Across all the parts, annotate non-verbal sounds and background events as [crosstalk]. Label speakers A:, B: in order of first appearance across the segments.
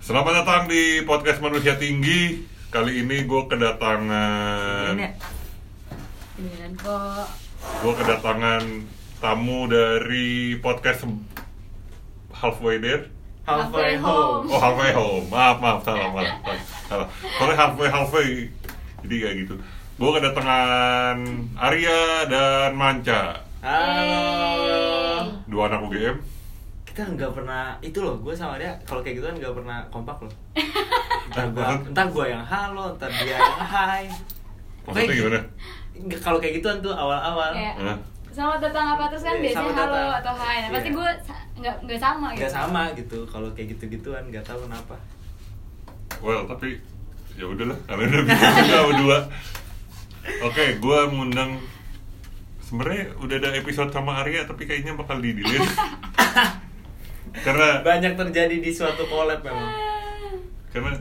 A: Selamat datang di podcast Manusia Tinggi. Kali ini gue kedatangan,
B: Ini Beneran kan, kok
A: gue kedatangan tamu dari podcast Halfway There.
B: Halfway home.
A: Oh Halfway Home. Maaf maaf salah maaf salah. salah. Soalnya Halfway Halfway. Jadi kayak gitu. Gue kedatangan Arya dan Manca,
C: Halo.
A: dua anak UGM.
C: Kita nggak pernah itu loh, gue sama dia kalau kayak gitu kan nggak pernah kompak loh. Entah gua,
A: maksud-
C: entah gua yang halo, entar dia yang hai.
A: Maksudnya
C: Baik.
A: gimana?
C: Nggak- Kalau kayak gituan tuh awal-awal.
B: Kayak
A: Hah?
B: Selamat datang apa terus kan
C: Iya,
B: biasanya
C: selamat
B: halo
C: datang.
B: atau hai Nah, Pasti
C: Iya.
B: gue sa- nggak nggak sama gitu
C: Nggak sama gitu, kalau kayak gitu-gituan nggak tahu kenapa.
A: Well, tapi ya udahlah, kalian udah bilang kita berdua. Oke, gua ngundang sebenarnya udah ada episode sama Arya tapi kayaknya bakal di delete. karena
C: Banyak terjadi di suatu collab memang.
A: karena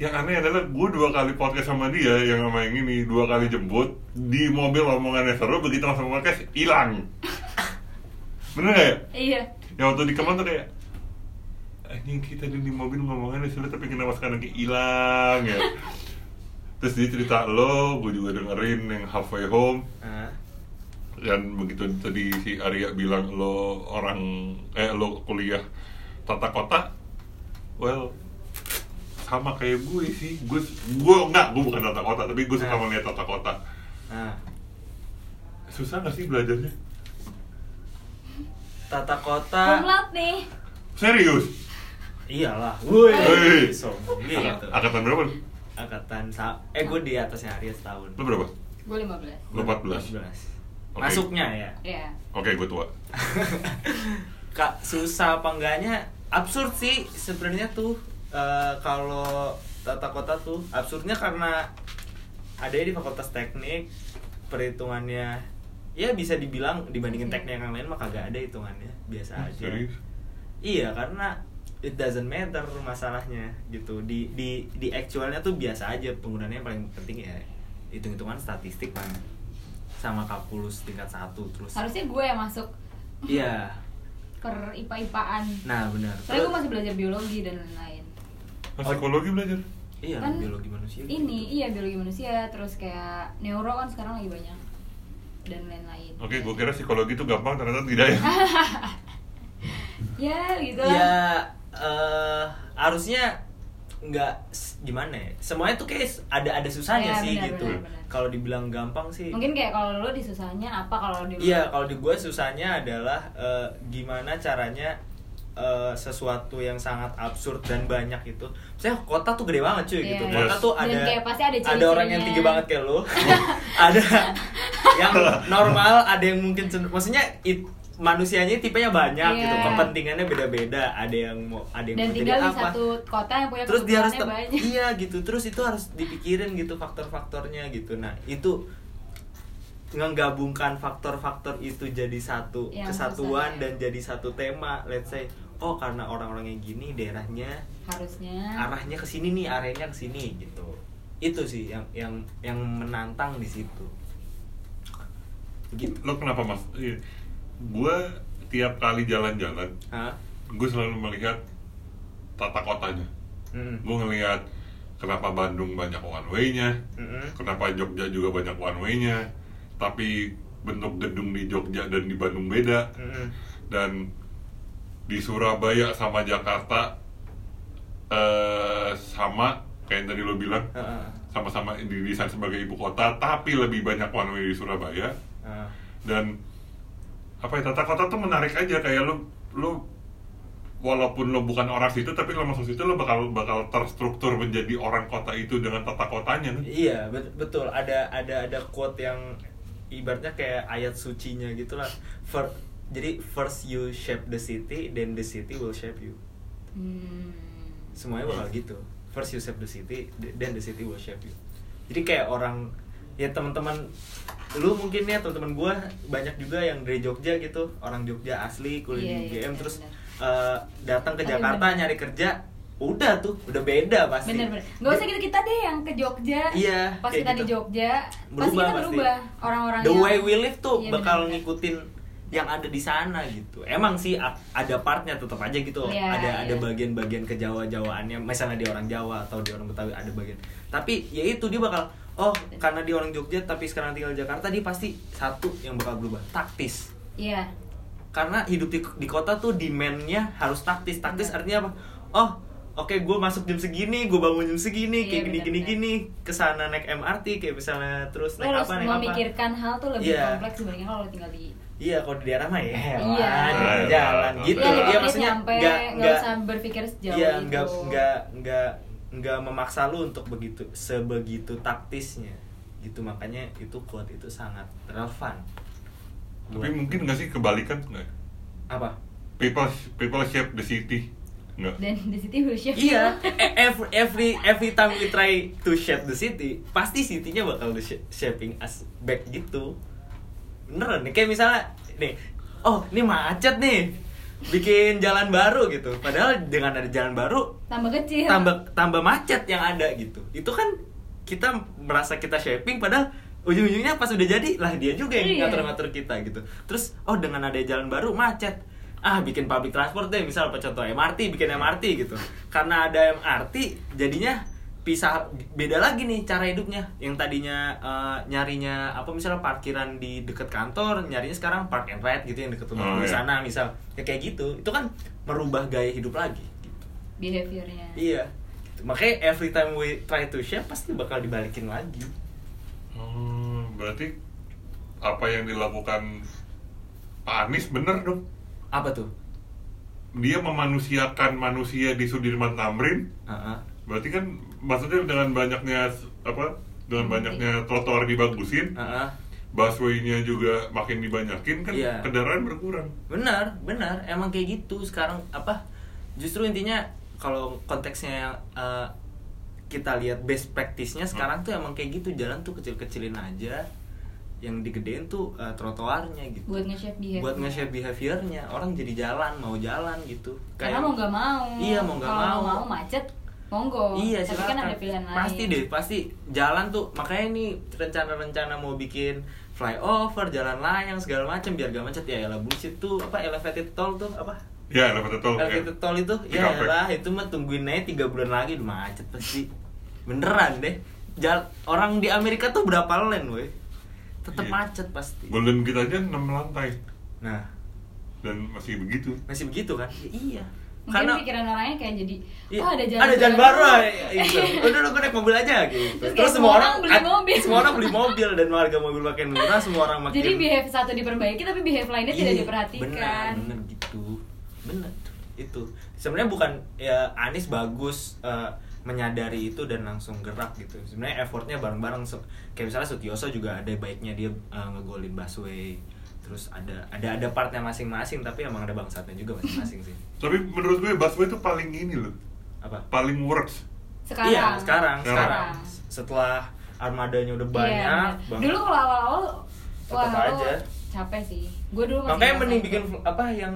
A: yang aneh adalah gue dua kali podcast sama dia yang sama yang ini dua kali jemput di mobil omongannya seru begitu langsung podcast hilang bener gak ya?
B: Iya
A: yang waktu di Kemang tuh kayak anjing kita di mobil ngomongannya sudah tapi kenapa sekarang kayak hilang ya terus dia cerita lo gue juga dengerin yang halfway home
C: Nah,
A: dan begitu tadi si Arya bilang lo orang eh lo kuliah tata kota well sama kayak gue sih gue gue enggak gue bukan tata kota tapi gue suka
C: Ah.
A: melihat tata kota
C: nah,
A: susah gak sih belajarnya
C: tata kota.
B: Kumlat nih
A: serius
C: Iyalah. Woi.
A: Woi.
C: Sombong
A: Ak-
C: gitu.
A: angkatan berapa lo?
C: Angkatan sa eh gue di atasnya Arya setahun.
A: lo berapa
B: Gue 15
A: Lo 14.
C: 14.
A: Oke.
C: Masuknya ya.
B: Iya
A: oke gue tua
C: Kak susah apa enggaknya absurd sih sebenarnya tuh eh, kalau tata kota tuh absurdnya karena ada di fakultas teknik perhitungannya ya bisa dibilang dibandingin teknik yang lain mah kagak ada hitungannya biasa aja
A: serius
C: iya karena it doesn't matter masalahnya gitu di di di actualnya tuh biasa aja penggunaannya yang paling penting ya hitung hitungan statistik kan sama kalkulus tingkat satu terus
B: Harusnya gue yang masuk
C: iya
B: per IPA-IPAan
C: nah benar
B: Soalnya gue masih belajar biologi dan lain-lain
A: psikologi belajar
C: Iya,
B: Kan
C: biologi manusia. gitu.
B: Ini, iya biologi manusia Terus kayak neuro kan sekarang lagi banyak Dan lain-lain
A: Oke, gue kira psikologi itu gampang, ternyata tidak ya.
B: Ya gitu
C: Ya
B: lah
C: eh, harusnya nggak s- gimana ya? Semuanya tuh kayak s- ada ada susahnya
B: Iya,
C: sih
B: benar,
C: gitu.
B: benar, benar.
C: Kalau dibilang gampang sih.
B: Mungkin kayak kalau lu disusahnya apa kalau di
C: Iya, kalau di gue susahnya adalah eh, gimana caranya eh, sesuatu yang sangat absurd dan banyak itu. Saya kota tuh gede banget cuy
B: Iya,
C: gitu.
B: iya.
C: Kota tuh
B: Dan
C: ada
B: kayak pasti ada
C: orang yang
B: ciri-cirinya.
C: tinggi banget kayak lo. [laughs]
B: [laughs]
C: ada yang normal, ada yang mungkin cender- maksudnya it- manusianya tipenya banyak
B: Iya.
C: gitu. Kepentingannya beda-beda. Ada yang mau ada yang
B: dan
C: mau jadi
B: tinggal di
C: apa.
B: satu kota yang punya
C: terus dia harus tem-
B: kebutuhannya banyak.
C: iya gitu terus itu harus dipikirin gitu faktor-faktornya gitu nah itu menggabungkan faktor-faktor itu jadi satu
B: Yang
C: kesatuan
B: susah, ya.
C: dan jadi satu tema let's say oh karena orang-orang yang gini daerahnya
B: harusnya
C: arahnya ke sini nih areanya ke sini gitu itu sih yang yang yang menantang di situ gitu
A: Lo kenapa mas? Gue tiap kali jalan-jalan,
C: Hah?
A: gue selalu melihat tata kotanya.
C: Mm.
A: Gue ngelihat kenapa Bandung banyak one way-nya,
C: Mm-mm.
A: kenapa Jogja juga banyak one way-nya, tapi bentuk gedung di Jogja dan di Bandung beda,
C: Mm-mm.
A: dan di Surabaya sama Jakarta eh sama kayak yang tadi lo bilang
C: Heeh.
A: sama-sama didesain sebagai ibu kota tapi lebih banyak one way di Surabaya
C: Heeh.
A: dan apa ya tata kota tuh menarik aja kayak lu lu walaupun lo bukan orang situ tapi lo masuk situ lo bakal bakal terstruktur menjadi orang kota itu dengan tata kotanya kan?
C: Iya bet- betul ada ada ada quote yang ibaratnya kayak ayat sucinya gitulah. Fir- jadi first you shape the city, then the city will shape you.
B: hmm,
C: Semuanya bakal gitu. First you shape the city, th- then the city will shape you. Jadi kayak orang ya teman-teman lu mungkin ya teman-teman gua banyak juga yang dari Jogja gitu orang Jogja asli kuliah di
B: Iya, iya,
C: UGM
B: benar,
C: terus
B: benar.
C: eh, datang ke
B: Tapi
C: Jakarta
B: benar.
C: nyari kerja udah tuh udah beda pasti
B: bener-bener nggak usah kita kita deh yang ke Jogja
C: Iya,
B: pas
C: kayak
B: kita di
C: gitu.
B: Jogja pasti
C: berubah
B: kita berubah orang-orang
C: the
B: yang-
C: way we live tuh
B: Iya,
C: bakal
B: bener-bener.
C: ngikutin yang ada di sana gitu emang sih a- ada partnya tetap aja gitu loh.
B: Iya,
C: ada ada
B: iya.
C: bagian-bagian ke Jawa Jawaannya misalnya di orang Jawa atau di orang Betawi ada bagian tapi ya itu dia bakal oh karena dia orang Jogja tapi sekarang tinggal di Jakarta dia pasti satu yang bakal berubah taktis
B: Iya.
C: karena hidup di, di kota tuh demandnya harus taktis taktis
B: Benar.
C: artinya apa oh oke gue masuk jam segini gue bangun jam segini
B: Iya,
C: kayak gini gini
B: benar-benar.
C: gini kesana naik MRT kayak misalnya terus
B: Lo
C: naik
B: harus
C: apa naik apa
B: memikirkan hal tuh lebih
C: Iya.
B: kompleks dibandingkan kalau lo tinggal di
C: iya kalau di daerah mah ya
B: Iya.
C: lah, di pinggir
A: Iya,
C: jalan
A: iya,
C: gitu
A: iya,
B: lima
C: Iya,
B: menit nyampe,
C: nggak-
B: nggak
C: nggak-
B: usah berpikir sejauh
C: iya
B: itu.
C: nggak nggak nggak nggak memaksa lu untuk begitu sebegitu taktisnya gitu makanya itu quote itu sangat relevan
A: Tapi mungkin nggak sih kebalikan nggak?
C: apa
A: People people shape the city. Nggak.
B: Dan di situ will shift.
C: Iya, e- every every every time we try to shape the city, pasti city-nya bakal di sha- shaping us back gitu. Beneran nih, kayak misalnya nih, oh ini macet nih, bikin jalan baru gitu. Padahal dengan ada jalan baru,
B: [laughs] tambah kecil.
C: tambah tambah macet yang ada gitu. Itu kan kita merasa kita shaping, padahal ujung-ujungnya pas udah jadi lah dia juga yang
B: Iya.
C: ngatur-ngatur kita gitu. Terus oh dengan ada jalan baru macet ah bikin public transport deh misal apa contoh MRT bikin MRT gitu karena ada MRT jadinya pisah beda lagi nih cara hidupnya yang tadinya eh, nyarinya apa misalnya parkiran di deket kantor nyarinya sekarang park and ride gitu yang deket rumah
A: Oh,
C: gue
A: iya.
C: di sana misal ya kayak gitu itu kan merubah gaya hidup lagi gitu
B: behaviornya.
C: Iya. Makanya every time we try to share pasti bakal dibalikin lagi.
A: Hmm, berarti apa yang dilakukan Pak Anies bener dong.
C: Apa tuh?
A: Dia memanusiakan manusia di Sudirman Tamrin.
C: Heeh.
A: Berarti kan maksudnya dengan banyaknya apa?
C: Hmm,
A: Dengan
C: iya.
A: banyaknya trotoar dibagusin,
C: Heeh.
A: busway-nya juga makin dibanyakin kan
C: Iya.
A: kendaraan berkurang.
C: Benar, benar. Emang kayak gitu sekarang apa? Justru intinya kalau konteksnya eh, kita lihat best practice-nya sekarang tuh emang kayak gitu jalan tuh kecil-kecilin aja yang digedein tuh eh, trotoarnya gitu
B: Buat nge-shape behavior.
C: buat nge-shape behaviornya orang jadi jalan mau jalan gitu
B: Karena mau nggak mau.
C: Iya, mau nggak
B: Kalau
C: mau.
B: mau macet, monggo.
C: Iya
B: Tapi
C: silakan.
B: kan ada pilihan lain.
C: Pasti deh, pasti jalan tuh makanya nih rencana-rencana mau bikin flyover, jalan layang segala macam biar gak macet ya elah bullshit tuh apa elevated toll tuh apa?
A: Ya, elevated tol. ya.
C: elevated toll itu
A: Di
C: ya
A: Kampek.
C: elah itu mah tungguin aja 3 bulan lagi udah macet pasti. Beneran deh. Jal orang di Amerika tuh berapa lane woi? Tetep
A: Iya.
C: macet pasti.
A: Golden Gate aja 6 lantai
C: Nah,
A: dan masih begitu.
C: masih begitu kan? Ya, iya.
B: Mungkin pikiran orangnya kayak jadi,
C: Iya,
B: oh ada jalan,
C: baru ya, gitu.
B: [laughs]
C: Udah lu gue naik mobil aja gitu.
B: Terus
C: Terus,
B: kayak
C: semua orang
B: beli
C: at-
B: mobil.
C: Semua orang beli mobil dan warga mobil makin murah, semua orang makin
B: Jadi behave satu diperbaiki tapi behave lainnya tidak
C: Iya,
B: diperhatikan.
C: Benar, benar gitu. Benar. Itu. Sebenarnya bukan ya Anies bagus eh, menyadari itu dan langsung gerak gitu. Sebenarnya effortnya bareng-bareng Se- kayak misalnya Sutioso juga ada baiknya dia eh, ngegolin busway terus ada ada ada partnya masing-masing tapi emang ada bangsatnya juga masing-masing sih
A: Tapi menurut gue busway itu paling ini loh,
C: apa
A: paling works.
B: Sekarang.
C: Iya, sekarang, sekarang.
B: Sekarang.
C: Setelah armadanya udah
B: Iya,
C: banyak
B: benar.
C: banget.
B: Dulu kalau awal-awal
C: Tetep
B: wah, lo
C: aja.
B: capek sih. Gue dulu masih
C: makanya
B: gitu. ngerasain
C: mending
B: itu.
C: bikin fl- apa yang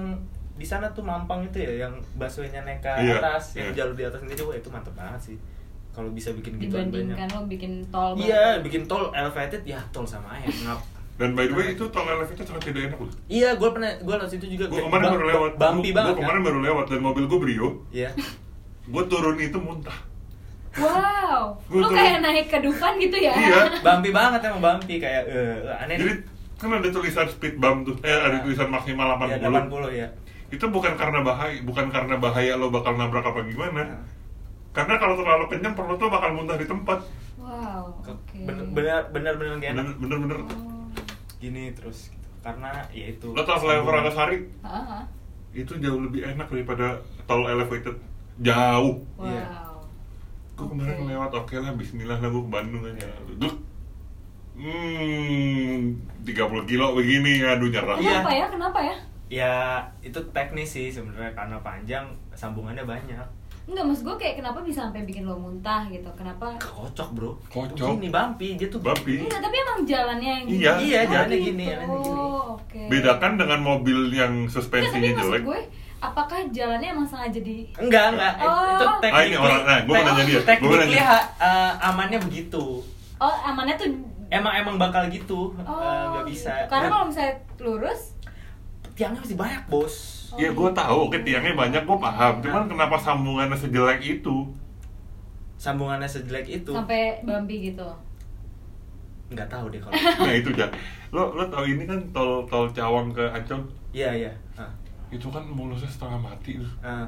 C: di sana tuh mampang itu ya yang busway-nya naik ke
A: Iya,
C: atas, yang
A: iya.
C: jalur di atas ini juga itu mantep banget sih. Kalau bisa bikin gitu banyak.
B: dibandingkan lo bikin tol baru.
C: Iya, bikin tol elevated ya tol sama aja. Ngap.
A: Dan by the
C: Nah.
A: way itu tol elevated sangat tidak enak loh.
C: Iya, gue pernah gue lewat situ juga.
A: Gue
C: kayak
A: kemarin
C: bam-
A: baru lewat.
C: Bumpy
A: Gua-
C: banget.
A: Gua kemarin
C: kan?
A: baru lewat dan mobil gue brio.
C: Iya.
A: Gue turun itu muntah.
C: [laughs]
B: Wow,
A: Gua
B: lo
A: tuh-
B: kayak naik ke Dufan gitu ya?
A: Iya.
C: Bumpy banget emang bumpy kayak eh, aneh.
A: Jadi kan ada tulisan speed bump tuh, eh ada tulisan maksimal
C: Ya,
A: 80.
C: 80 ya.
A: Itu bukan karena bahaya, bukan karena bahaya lo bakal nabrak apa gimana.
C: Nah.
A: Karena kalau terlalu kencang perut lo bakal muntah di tempat.
B: Wow, oke.
C: Bener bener bener bener
B: Iya.
C: gak enak.
A: Bener- Bener-bener.
B: Oh.
C: gini terus gitu. karena ya itu
A: Lo tau flyover Antasari
B: Ah, ah.
A: itu jauh lebih enak daripada tol elevated. Jauh.
B: Wow.
C: Iya.
A: Gue kemarin
B: Oke.
A: lewat oke lah, Bismillah lah gue ke Bandung aja. Duk. Hmm, 30 kilo begini, aduh nyerah.
C: Iya.
B: Kenapa ya? Kenapa ya?
C: ya itu teknis sih sebenarnya karena panjang sambungannya banyak
B: Enggak, maksud gue kayak kenapa bisa sampai bikin lo muntah gitu? Kenapa?
C: kocok bro
A: Kocok.
C: ini bampi dia tuh
A: Bampi.
B: Enggak, Iya, tapi emang jalannya yang
A: Iya. Iya,
C: jalannya
B: gitu.
C: gini, jalannya gini.
B: Oh, oke.
A: Bedakan dengan mobil yang
B: Enggak, Iya, tapi
A: suspensinya
B: maksud
A: jelek.
B: gue, apakah jalannya emang sengaja di
C: enggak enggak itu
B: Oh. Ah, ini
C: teknik
A: orang- nah, gua mau nanya dia. Gua mau
C: tekniknya
A: nanya.
C: ha- eh, amannya begitu
B: Oh, amannya tuh
C: emang emang bakal gitu Eh,
B: Oh,
C: nggak bisa
B: gitu. Karena
C: Dan-
B: kalau misalnya lurus,
C: tiangnya masih banyak bos
A: Ya gue tahu, oke tiangnya banyak gue paham. Cuman kenapa sambungannya sejelek itu?
C: sambungannya sejelek itu
B: sampai bumpy gitu
C: nggak tahu deh
B: [laughs]
C: kalau
A: [laughs] Nah itu dah. Lo lo tau ini kan tol tol Cawang ke Ancol
C: iya iya Ah,
A: itu kan mulusnya setengah mati. tuh.
C: ah,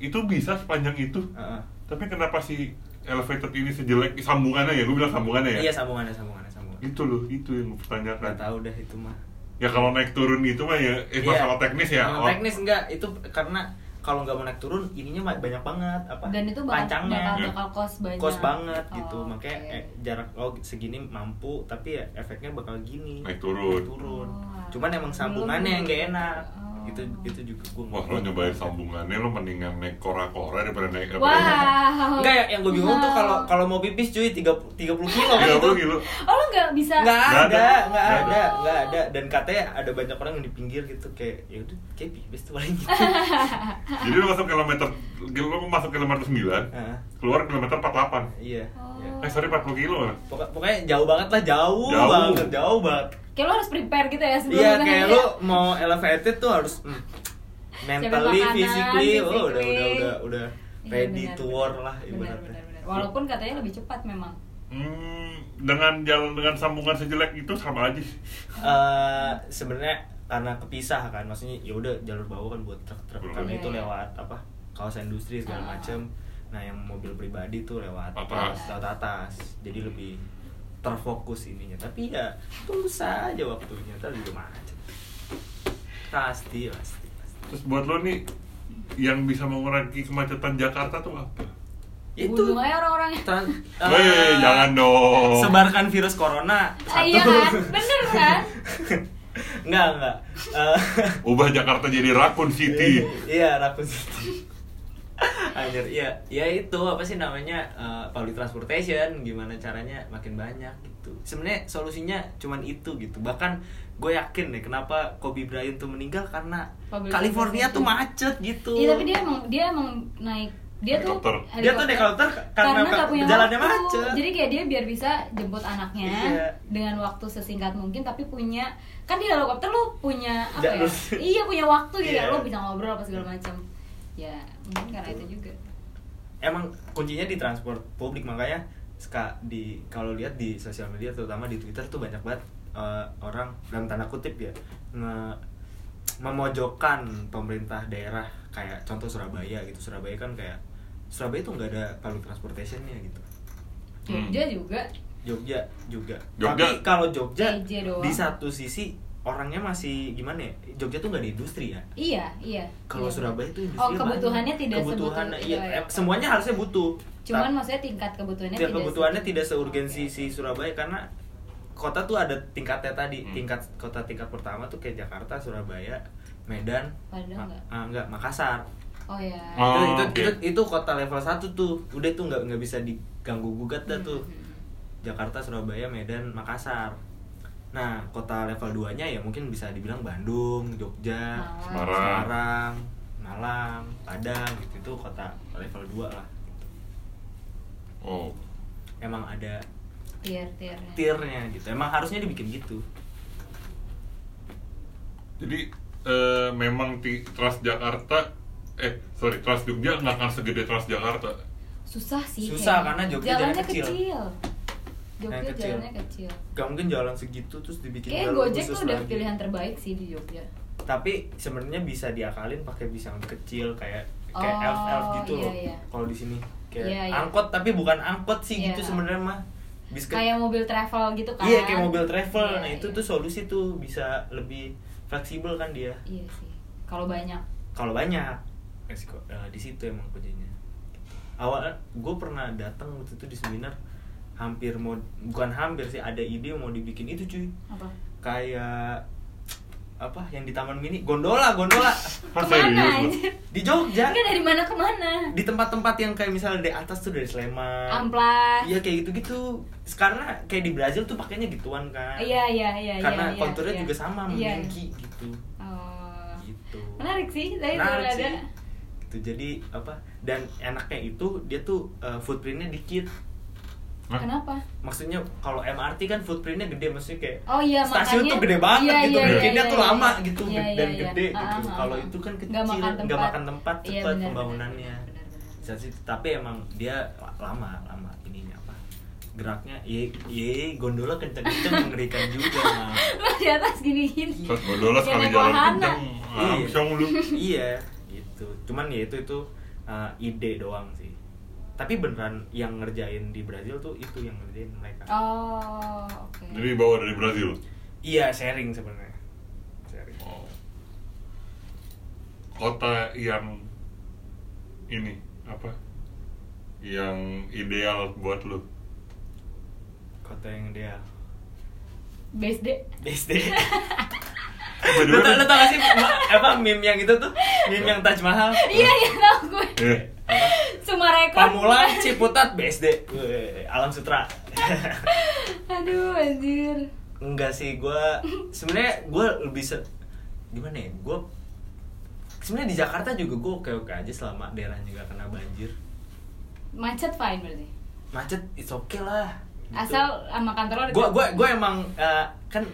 A: Itu bisa sepanjang itu.
C: ah, ah.
A: Tapi kenapa si elevated ini sejelek sambungannya ya? Gue bilang sambungannya ya.
C: iya sambungannya sambungannya sambungan
A: Itu loh, itu yang gue pertanyakan.
C: nggak tahu deh itu mah
A: Ya kalau naik turun gitu mah ya itu
C: Iya.
A: masalah teknis ya.
C: Masalah
A: Oh,
C: teknis enggak itu karena kalau nggak mau naik turun ininya ma- banyak banget apa
B: dan itu bakal
C: pancangnya
B: bakal,
A: Iya.
B: bakal kos banyak
C: kos banget gitu
B: Oh,
C: makanya
B: oke.
C: eh, jarak oh segini mampu tapi ya efeknya bakal gini
A: Naik turun.
C: turun.
B: Oh.
C: cuman emang sambungannya yang gak enak
B: Oh.
C: itu itu juga gue
A: Wah lo nyobain sambungannya lo mendingan naik kora-kora daripada naik
B: Wow.
C: Enggak, yang, yang gue bingung tuh
B: Wow.
C: kalau kalau mau pipis cuy 30 30 kilo kan
A: Gila
C: itu.
A: Iya, lo gila.
B: Oh lu nggak bisa.
C: Nggak
A: Nggak
C: ada,
A: ada.
C: nggak
A: Nggak
C: ada,
A: ada.
C: nggak ada. Dan katanya ada banyak orang yang di pinggir gitu kayak ya udah kayak pipis tuh paling
B: [laughs]
C: gitu.
A: Jadi lo masuk kilometer, lo masuk kilometer 9,
C: Nah,
A: keluar kilometer 48.
C: iya.
B: Oh.
C: iya.
A: Eh sorry 40 kilo lah.
C: Pokok- Pokoknya jauh banget lah, jauh,
A: Jauh.
C: banget, jauh banget.
B: Kayak lu harus prepare gitu ya sebelum
C: Iya,
B: lu
C: kayak
B: naik.
C: lu mau elevated tuh harus mm, mentally,
B: makanan,
C: physically, oh udah
B: physically.
C: udah udah udah
B: Iya,
C: ready
B: benar,
C: to
B: benar.
C: war lah
B: Benar,
C: ibaratnya.
B: benar, benar. Walaupun katanya lebih cepat memang.
A: Hmm, dengan jalan dengan sambungan sejelek itu sama aja sih.
C: Eh, sebenarnya karena kepisah kan maksudnya ya udah jalur bawah kan buat truk-truk
A: Oke.
C: karena itu lewat apa kawasan industri segala
B: Iya, Ah.
C: macem nah yang mobil pribadi tuh lewat
A: Atas.
C: lewat atas jadi lebih terfokus ininya tapi ya tunggu saja waktunya ntar juga macet pasti pasti pasti
A: Terus buat lo nih yang bisa mengurangi kemacetan Jakarta tuh apa?
C: itu
B: Bunuh aja orang-orangnya.
C: tran-
A: [laughs] Weh,
C: eh,
A: jangan dong.
C: sebarkan virus corona
B: Ah, iya
C: [laughs]
B: kan? Bener kan?
C: enggak enggak Eh, [laughs]
A: Ubah Jakarta jadi Rakun City.
C: Iya, Rakun City. Anjir, iya, ya itu apa sih namanya eh, public transportation? Gimana caranya makin banyak gitu. Sebenarnya solusinya cuman itu gitu. Bahkan gue yakin deh kenapa Kobe Bryant tuh meninggal karena
B: Public
C: California tuh
B: transportation.
C: macet gitu.
B: Iya tapi dia emang dia emang naik dia tuh
A: Helikopter.
C: Dia tuh helikopter karena
B: karena nggak punya
C: jalannya
B: waktu.
C: macet.
B: Jadi kayak dia biar bisa jemput anaknya
C: Iya.
B: dengan waktu sesingkat mungkin tapi punya kan di helikopter lu punya apa ya?
C: Jalur.
B: Iya punya waktu gitu
C: Iya.
B: ya. Lu bisa ngobrol apa segala macam. Ya mungkin karena itu juga.
C: emang kuncinya di transport publik makanya ska di kalau lihat di sosial media terutama di Twitter tuh banyak banget eh, orang dalam tanda kutip ya nge memojokkan pemerintah daerah kayak contoh Surabaya gitu Surabaya kan kayak Surabaya tuh nggak ada public transportationnya gitu
A: Hmm.
B: Jogja juga.
C: Jogja juga
A: Jogja.
C: tapi kalau Jogja
B: EJ doang.
C: di satu sisi orangnya masih gimana ya Jogja tuh nggak di industri ya
B: Iya, iya.
C: kalau
B: Iya.
C: Surabaya tuh industri
B: Oh, kebutuhannya tidak
C: kebutuhannya
B: sebutuh-
C: iya,
B: iya, iya.
C: eh, semuanya harusnya butuh
B: Cuman
C: Ta-
B: maksudnya tingkat kebutuhannya
C: tidak kebutuhanannya Iya, tidak
B: se-
C: seurgensi
B: Oke.
C: si Surabaya karena kota tuh ada tingkatnya tadi
A: Hmm.
C: tingkat kota tingkat pertama tuh kayak Jakarta Surabaya Medan Ma-
B: Padahal nggak.
C: ah, nggak, Makassar
B: Oh ya.
A: Oh,
C: itu, itu,
A: oke.
C: itu itu kota level 1 tuh udah tuh nggak nggak bisa diganggu gugat
B: Hmm.
C: dah tuh Jakarta Surabaya Medan Makassar nah kota level 2 nya ya mungkin bisa dibilang Bandung
B: Nah,
C: Jogja
A: Semarang.
C: Semarang Malang Padang gitu itu kota level 2 lah
A: Oh.
C: emang ada
B: Tier-tiernya.
C: tiernya gitu emang harusnya dibikin gitu
A: Jadi eh, memang di Trans Jakarta eh sorry Trans Jogja nggak akan segede Trans Jakarta.
B: Susah sih.
C: Susah,
B: kayaknya.
C: karena Jogja
B: jalannya
C: jalannya kecil.
B: Jogja
C: Jalannya kecil.
B: jalannya kecil.
C: gak mungkin jalan segitu terus dibikin
B: Kayak
C: jalur
B: Gojek
C: khusus
B: tuh udah
C: lagi.
B: pilihan terbaik sih di Jogja.
C: tapi sebenarnya bisa diakalin pakai bis yang kecil kayak kayak
B: Oh,
C: elf elf gitu
B: iya,
C: loh
B: iya.
C: kalau di sini kayak
B: Iya, iya.
C: angkot tapi bukan angkot sih
B: Iya.
C: gitu sebenarnya mah bis ke-
B: Kayak mobil travel gitu kan.
C: iya kayak mobil travel
B: Iya,
C: nah itu
B: iya.
C: tuh solusi tuh bisa lebih fleksibel kan dia
B: Iya sih. Kalau banyak.
C: kalau banyak resiko eh, di situ emang kuncinya awalnya gue pernah datang waktu itu di seminar hampir mau bukan hampir sih ada ide mau dibikin itu cuy
B: Apa?
C: kayak apa yang di taman mini gondola gondola
A: Hah, Kan
B: Kemana
A: serius lu?
B: [laughs] anjir?
C: di Jogja
B: Enggak dari mana kemana?
C: di tempat-tempat yang kayak misalnya dari atas tuh dari Sleman
B: Amplas.
C: iya kayak gitu-gitu karena kayak di Brazil tuh pakainya gituan kan
B: Iya, iya, iya,
C: karena
B: iya, iya,
C: konturnya
B: iya.
C: juga sama
B: Iya.
C: mengki gitu
B: Oh.
C: gitu
B: Menarik sih, saya
C: Menarik
B: baru
C: sih.
B: ada.
C: Gitu, jadi apa dan enaknya itu dia tuh eh, footprintnya dikit
A: Hah?
B: Kenapa?
C: maksudnya kalau MRT kan footprintnya gede maksudnya kayak
B: Oh iya
C: stasiun
B: makanya
C: tuh gede banget
B: Iya,
C: gitu
B: iya, iya,
C: bikinnya
B: iya,
C: tuh
B: iya.
C: lama gitu
B: Iya, iya,
C: dan
B: iya.
C: gede
B: Ah,
C: gitu
B: ah,
C: kalau
B: ah.
C: itu kan kecil
B: Nggak makan tempat.
C: makan tempat
B: Iya,
C: cepat
B: benar, benar,
C: pembangunannya
B: benar, benar.
C: Bisa sih, tapi emang dia lama lama ininya apa geraknya ye ye gondola kenceng kenceng mengerikan
B: [laughs]
C: juga Mam.
B: Lo di atas gini-gini
A: Terus bodolah sekali
B: Kayak
A: jalan
B: wahana.
A: kenceng Ah, Langsung lu
C: iya gitu cuman ya itu itu uh, ide doang sih tapi beneran yang ngerjain di Brazil tuh itu yang ngerjain mereka
B: Oh, oke
A: Jadi bawa dari Brazil
C: iya sharing sebenarnya sharing
A: Oh. Kota yang ini apa? Yang ideal buat lu. Eh,
C: kota yang dia [laughs]
B: [laughs] BSD
C: BSD
A: Apa
C: lu
A: dulu
C: tau
A: nih?
C: lu tau gak sih ma- apa meme yang itu tuh meme yang Taj Mahal
B: Iya, iya tau gue
A: Iya.
B: Sumarekon
C: Pamulang Ciputat BSD Weh, Alam Sutra
B: Aduh, anjir
C: [laughs] enggak sih gue sebenarnya gue lebih se gimana ya gue sebenarnya di Jakarta juga gue oke oke aja selama daerahnya gak kena banjir
B: Macet fine berarti
C: Gitu. macet it's okay lah gitu.
B: Asal sama kantor lo
C: gue gue gue emang eh, kan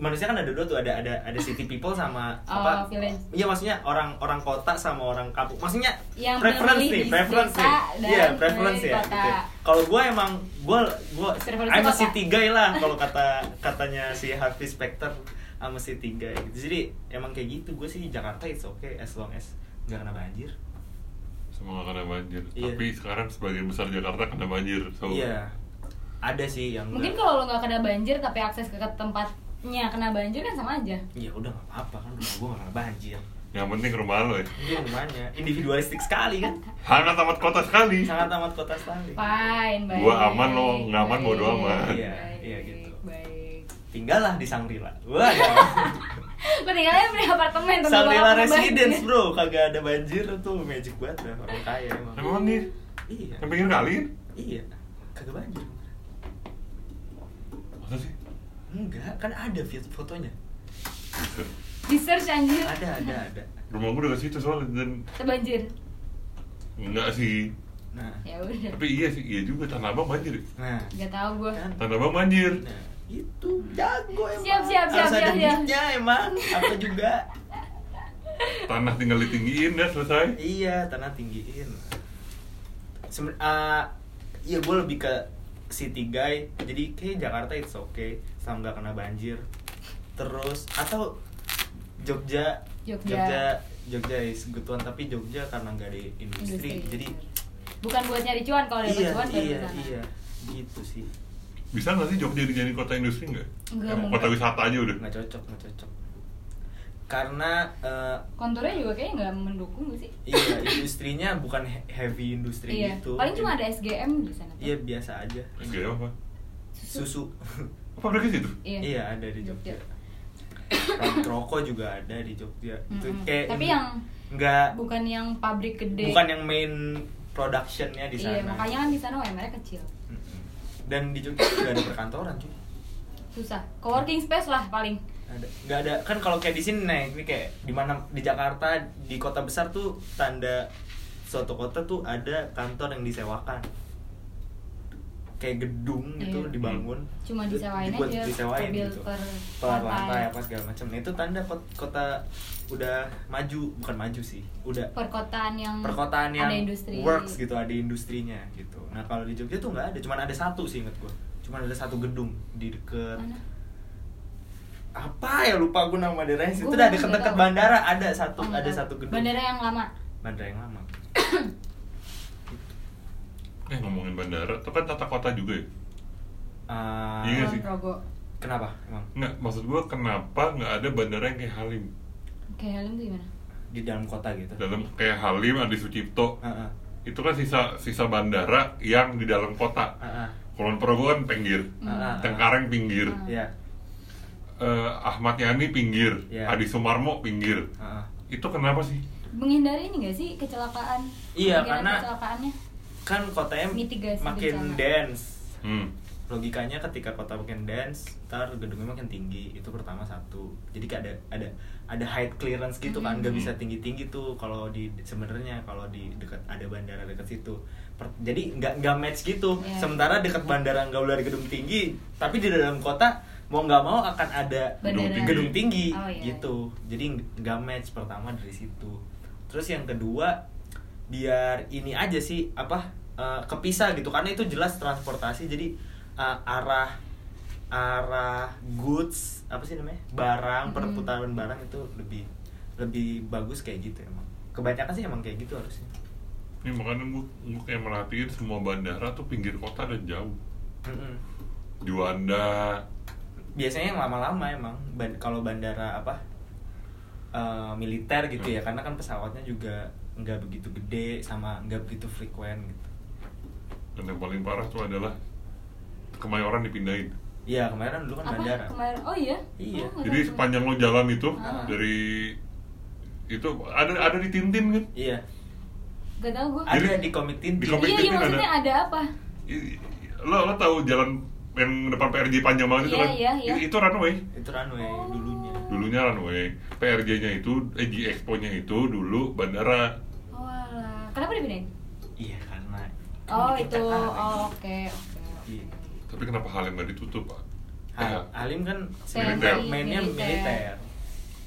C: manusia kan ada dua tuh ada ada ada city people sama
B: Oh,
C: apa
B: village.
C: iya maksudnya orang orang kota sama orang kampung maksudnya
B: Yang
C: preference
B: memilih
C: nih
B: di
C: preference
B: desa
C: nih
B: dan
C: iya preference ya
B: memilih di
C: gitu.
B: kota.
C: kalau gue emang gue gue
B: Preference
C: I'm a
B: kota.
C: city guy lah kalau kata katanya si Harvey Specter I'm a city guy gitu. jadi emang kayak gitu gue sih di Jakarta it's okay as long as nggak kena banjir
A: Semua kena banjir.
C: Iya.
A: Tapi sekarang sebagian besar Jakarta kena banjir. So,
C: iya ada sih yang
B: Mungkin
C: nggak-
B: kalau lo nggak kena banjir tapi akses ke tempatnya kena banjir kan sama aja
C: ya udah nggak apa-apa kan rumah gue nggak kena banjir
A: yang penting rumah lo ya.
C: Iya rumahnya individualistik sekali kan.
A: Hangat amat kota sekali.
C: Sangat amat kota sekali.
B: Fine, baik
A: Gua aman, lo nggak aman, bodo
B: baik,
A: amat.
C: Iya,
B: baik,
C: iya gitu.
B: Baik
C: Tinggallah di Sangrila. Wah. Ya.
B: Gue tinggalnya beli apartemen tapi
C: Sangrila
B: gua nggak kena
C: Residence,
B: banjir.
C: Bro. Kagak ada banjir tuh magic banget dah orang kaya emang.
A: Emang nih
C: Iya.
A: yang pinggir kali?
C: Iya. Kagak banjir.
A: Masa sih?
C: Enggak, kan ada fit- fotonya.
B: Di search anjir
C: Ada, ada, ada.
A: Rumah gue dekat situ soalnya dan
B: Terbanjir
A: enggak sih.
C: Nah.
B: Ya udah
A: Tapi iya sih, iya juga Tanah Abang banjir. ya.
C: Nah.
B: Gak tau gue
C: Kan.
A: Tanah Abang banjir.
C: Nah, itu jago emang.
B: Siap, siap, siap,
C: Harus ada
B: siap, siap.
C: duitnya emang. Apa juga?
A: Tanah tinggal ditinggiin dah selesai.
C: Iya, tanah tinggiin. Semen, ah, iya gue lebih ke city guy. Jadi kayak Jakarta it's okay, selama nggak kena banjir. Terus atau Jogja,
B: Jogja.
C: Jogja, Jogja is good one, tapi Jogja karena nggak ada industri, jadi
B: Bukan buat nyari cuan kalau dapat
C: iya
B: cuan baru
C: iya
B: kesana.
C: iya gitu sih
A: Bisa nggak sih Jogja dijadiin kota industri nggak?
B: Nggak,
A: Emang
B: nggak.
A: kota wisata aja udah.
C: nggak cocok nggak cocok karena eh,
B: Konturnya juga kayaknya nggak mendukung nggak sih
C: iya industrinya bukan he- heavy industri
B: Iya
C: gitu
B: Paling cuma ada
C: Jadi-
B: SGM di sana tuh.
C: iya biasa aja
A: Oke ya, apa?
C: susu [laughs]
A: Apa mereka situ?
B: Iya.
C: Iya ada di
B: Jogja.
C: Jogja. Rok- Rokok juga ada di Jogja. Itu
B: Mm-mm.
C: kayak
B: Tapi yang-
C: nggak
B: Bukan yang pabrik gede
C: bukan yang main productionnya di sana.
B: Iya makanya kan di sana UMR-nya kecil
C: Mm-mm. Dan di Jogja juga ada perkantoran cuy.
B: Susah Coworking space lah paling
C: Ada nggak ada kan kalau kayak di sini nih ini kayak di mana di Jakarta di kota besar tuh tanda suatu kota tuh ada kantor yang disewakan kayak gedung gitu
B: Iya.
C: dibangun
B: Cuma
C: Terus
B: disewain
C: dibuat-
B: aja
C: disewain
B: per build-
C: gitu.
B: per
C: per
B: lantai.
C: lantai apa segala macam Nah, itu tanda kot- kota udah maju bukan maju sih udah
B: Perkotaan yang
C: perkotaan yang
B: Ada industri
C: works gitu ada industrinya gitu nah kalau di Jogja tuh nggak ada cuman ada satu sih inget gue cuman ada satu gedung di deket
B: Mana?
C: apa ya lupa gue nama daerahnya sih.
B: Gua
C: itu udah
B: nggak
C: deket deket
B: tahu.
C: bandara ada satu
B: Oh, nggak
C: ada
B: tahu.
C: satu gedung
B: Bandara yang lama
C: bandara yang lama
A: Eh ngomongin bandara, itu kan tata kota juga ya?
C: Ah,
A: Iya
B: Kulon
A: sih.
B: Progo
C: kenapa emang
A: Nggak, maksud gua kenapa nggak ada bandara yang kayak Halim?
B: Kayak Halim tuh gimana?
C: di dalam kota gitu
A: Dalam kayak Halim, Adi Sucipto,
C: Ah, ah,
A: itu kan sisa sisa bandara yang di dalam kota.
C: ah, ah.
A: Kulon Progo kan pinggir,
B: Hmm.
C: Ah, ah, ah.
A: Cengkareng pinggir,
C: Iya,
A: Eh, Ahmad Yani pinggir,
C: Iya.
A: Adi Sumarmo pinggir.
C: ah, ah.
A: Itu kenapa sih?
B: Menghindari ini gak sih kecelakaan?
C: Iya,
B: Kemungkinan
C: karena-
B: kecelakaannya
C: kan kotanya
B: Mitigasi
C: makin
B: bencana.
C: dense
A: Hmm.
C: logikanya ketika kota makin dense ntar gedungnya makin tinggi itu pertama satu jadi kayak ada ada ada height clearance
B: Mm-hmm.
C: gitu kan nggak
A: Mhm.
C: bisa tinggi tinggi tuh kalau di sebenarnya kalau di dekat ada bandara dekat situ per- jadi nggak nggak match gitu
B: Iya.
C: sementara dekat bandara nggak dari gedung tinggi tapi di dalam kota mau nggak mau akan ada
A: Gedung
B: Bandara.
A: tinggi.
C: gedung tinggi
B: Oh, iya.
C: gitu jadi nggak match pertama dari situ terus yang kedua biar ini aja sih apa eh, kepisah gitu karena itu jelas transportasi jadi eh, arah arah goods apa sih namanya barang
B: Mm.
C: perputaran barang itu lebih lebih bagus kayak gitu emang kebanyakan sih emang kayak gitu harusnya
A: Ini makanya gue, gue kayak merhatiin semua bandara tuh pinggir kota dan jauh.
C: Mm-mm.
A: Di Wanda,
C: biasanya yang lama-lama emang Ban- kalau bandara apa eh, militer gitu ya karena kan pesawatnya juga nggak begitu gede sama nggak begitu frekuen gitu
A: dan yang paling parah tuh adalah kemayoran dipindahin.
B: Mm-hmm.
C: Iya kemarin dulu kan
B: Apa?
C: bandara
B: Kemarin? Oh iya?
C: Iya.
B: Oh, nggak
A: Jadi
B: tahu.
A: sepanjang lo jalan itu
B: Ah.
A: dari itu ada ada di Tintin kan?
C: iya
B: Gak tau gue
C: ada
A: Jadi-
C: di komitin
A: di
B: Iya,
A: Komitin
B: iya
A: ini ada.
B: maksudnya ada apa?
A: I- Lo lo tahu jalan yang depan PRJ panjang banget itu
B: Iya,
A: kan?
B: iya, iya.
A: I- Itu runway.
C: itu runway
B: Oh.
C: dulunya
A: Dulunya runway. PRJ-nya itu, eh, Expo-nya itu dulu bandara.
B: Oh, alah. Kenapa dipindahin?
C: iya karena
B: Oh
C: Kita
B: itu,
C: kan-
B: oh, oke oke oke.
C: Iya.
A: Tapi kenapa Halim nggak ditutup, Pak? Eh,
C: Hal- Halim kan
A: Militer.
C: sebenarnya mainnya militer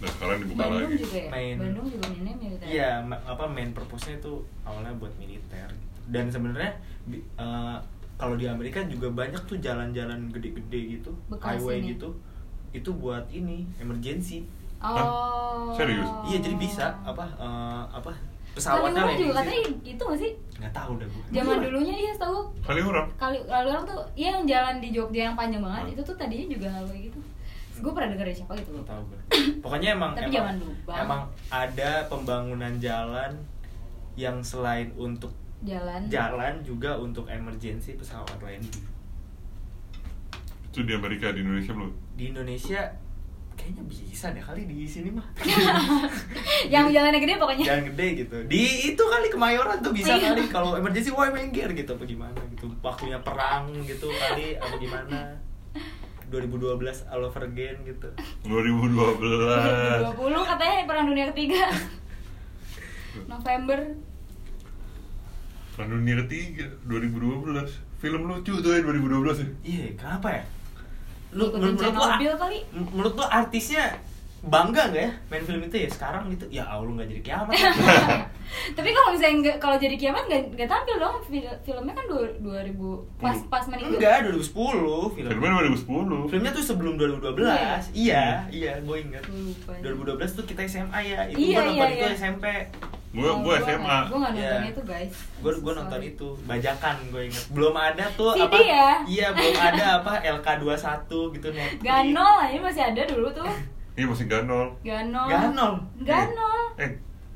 A: Nah sekarang dibuka
B: Bandung
A: lagi.
B: juga ya?
C: Main.
B: Bandung juga mainnya militer
C: Iya, ma- apa main purpose-nya itu awalnya buat militer. gitu. Dan sebenarnya bi- eh, kalau di Amerika juga banyak tuh jalan-jalan gede-gede gitu,
B: Bekas
C: highway
B: ini.
C: gitu. Itu buat ini, emergency.
B: Oh
A: Hah? Serius?
C: Iya, jadi bisa apa eh, apa
B: Pesawatnya
C: pesawatnya
B: Kaliurang Oh.
C: landing
B: juga
C: di
B: katanya
C: situ.
B: itu gak sih?
C: nggak tahu dah gue.
B: Zaman dulunya iya setahu
A: Kali orang.
B: kali lalu orang tuh iya yang jalan di Jogja yang panjang banget
A: Hmm.
B: itu tuh tadinya juga highway gitu. Gue pernah denger dari siapa gitu
C: Nggak
B: lupa.
C: tahu gue. Pokoknya emang
B: Tapi
C: emang,
B: zaman dulu banget.
C: emang ada pembangunan jalan yang selain untuk
B: Jalan.
C: jalan juga untuk emergency pesawat gitu. landing.
A: Itu di Amerika, di Indonesia belum.
C: di Indonesia kayaknya bisa deh kali di sini mah
B: [laughs]
C: [laughs]
B: yang jalannya gede pokoknya.
C: jalan gede gitu di itu kali kemayoran tuh bisa
B: Iya.
C: kali kalau emergency wah minggir gitu apa gimana gitu waktunya perang gitu kali apa gimana 2012 all over again gitu
B: [laughs]
A: 2012.
B: 2020 katanya perang dunia
C: [laughs]
B: ketiga. November
A: Perang Dunia Ketiga, 2012. Film lucu tuh ya 2012 ya.
C: iya kenapa ya lu,
B: Ikutin
C: menurut, menurut lu
B: Chernobyl kali.
C: m- menurut lu artisnya bangga nggak ya main film itu ya sekarang gitu ya allah nggak jadi
B: [laughs]
C: kiamat
B: Tapi kalau misalnya nggak- kalau jadi kiamat nggak nggak tampil dong fil- filmnya kan dua- 2000 pas
A: Hmm.
B: pas meninggal.
C: enggak 2010 Iya. film
A: Filmnya 2010.
C: Filmnya tuh sebelum 2012. Iya, iya, gue ingat.
B: Gua lupa.
C: 2012 tuh kita SMA ya. Itu
B: Iya,
C: gue nonton
B: iya,
C: itu
B: iya.
C: SMP.
A: Gue gue SMA.
B: Gue Oh, nggak nonton
C: Iya.
B: itu guys.
C: Gue gue nonton itu bajakan gue ingat. Belum ada tuh
B: CD
C: apa?
B: ya?
C: Iya, belum ada apa LK21 gitu Netflix.
B: Ganol ini masih ada dulu tuh.
C: [laughs]
A: Iya masih ganol.
B: Ganol.
C: Ganol.
B: Ganol.
A: Eh,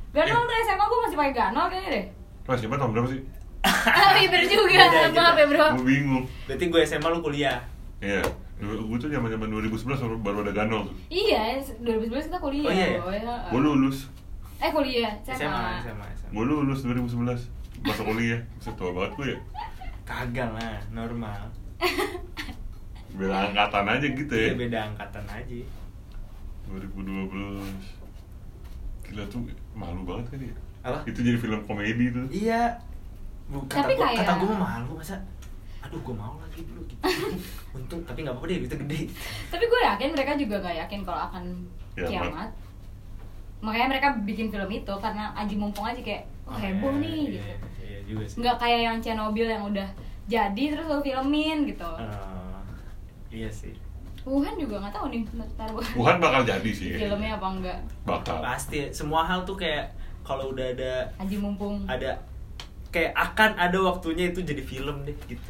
B: Ganol
A: Eh.
B: tuh SMA gue masih pakai ganol kayaknya deh.
A: Mas SMA tahun berapa sih?
B: Tapi bener juga.
C: Beda, beda.
B: Maaf ya bro.
A: Gue bingung.
C: Berarti gue SMA lu kuliah.
A: Iya. Gue tuh zaman zaman 2011 baru, baru ada ganol tuh.
B: Iya, 2011 kita kuliah.
C: Oh, iya, ya?
B: Boy. Heeh.
A: Gue lulus.
B: Eh kuliah,
C: SMA, SMA, SMA.
A: Gue lulus 2011. Masa kuliah. Bisa tua banget gue ya.
C: Kagak lah, normal.
A: Beda angkatan aja gitu ya.
C: Iya beda angkatan aja.
A: 2012 Gila tuh malu banget kan ya
C: Apa?
A: Itu jadi film komedi tuh
C: Iya. Bu, kata
B: Tapi
C: gua-
B: kayak-
C: kata gue malu masa aduh gue mau lagi dulu
B: [laughs]
C: gitu untung tapi nggak apa-apa deh itu gede
B: Tapi gue yakin mereka juga gak yakin kalau akan
C: Ya,
A: Kiamat.
B: kiamat. Makanya mereka bikin film itu karena aji mumpung aja kayak wah heboh
C: Iya,
B: nih gitu.
C: iya juga sih
B: Nggak kayak yang Chernobyl yang udah jadi terus lo filmin gitu.
C: Eh, iya sih
B: Wuhan juga nggak tahu nih ntar Wuhan.
A: Wuhan bakal jadi sih
B: filmnya apa enggak.
A: Bakal
C: pasti semua hal tuh kayak kalau udah ada
B: Aji mumpung.
C: ada kayak akan ada waktunya itu jadi film deh gitu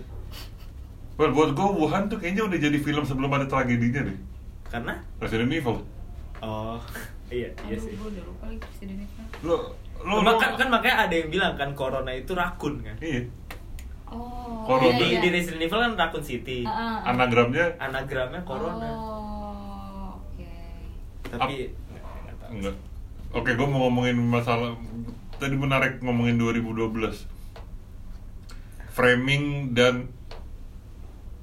A: Well, buat gue Wuhan tuh kayaknya udah jadi film sebelum ada tragedinya deh
C: karena
A: Resident Evil
C: oh [laughs] iya iya sih
B: Gue udah lupa lagi presiden itu.
A: Lo Lo lo-
C: Cuma kan, kan makanya ada yang bilang kan corona itu rakun kan
A: Iya
B: Oh.
A: Corona.
B: iya,
C: di,
B: iya.
C: di Resident Evil kan rakun city
B: Ah, ah, ah.
A: Anagramnya
C: anagramnya corona
B: Oh, oke.
C: tapi nggak- nggak tahu.
A: Enggak Oke, gue mau ngomongin masalah Tadi menarik ngomongin 2012 Framing dan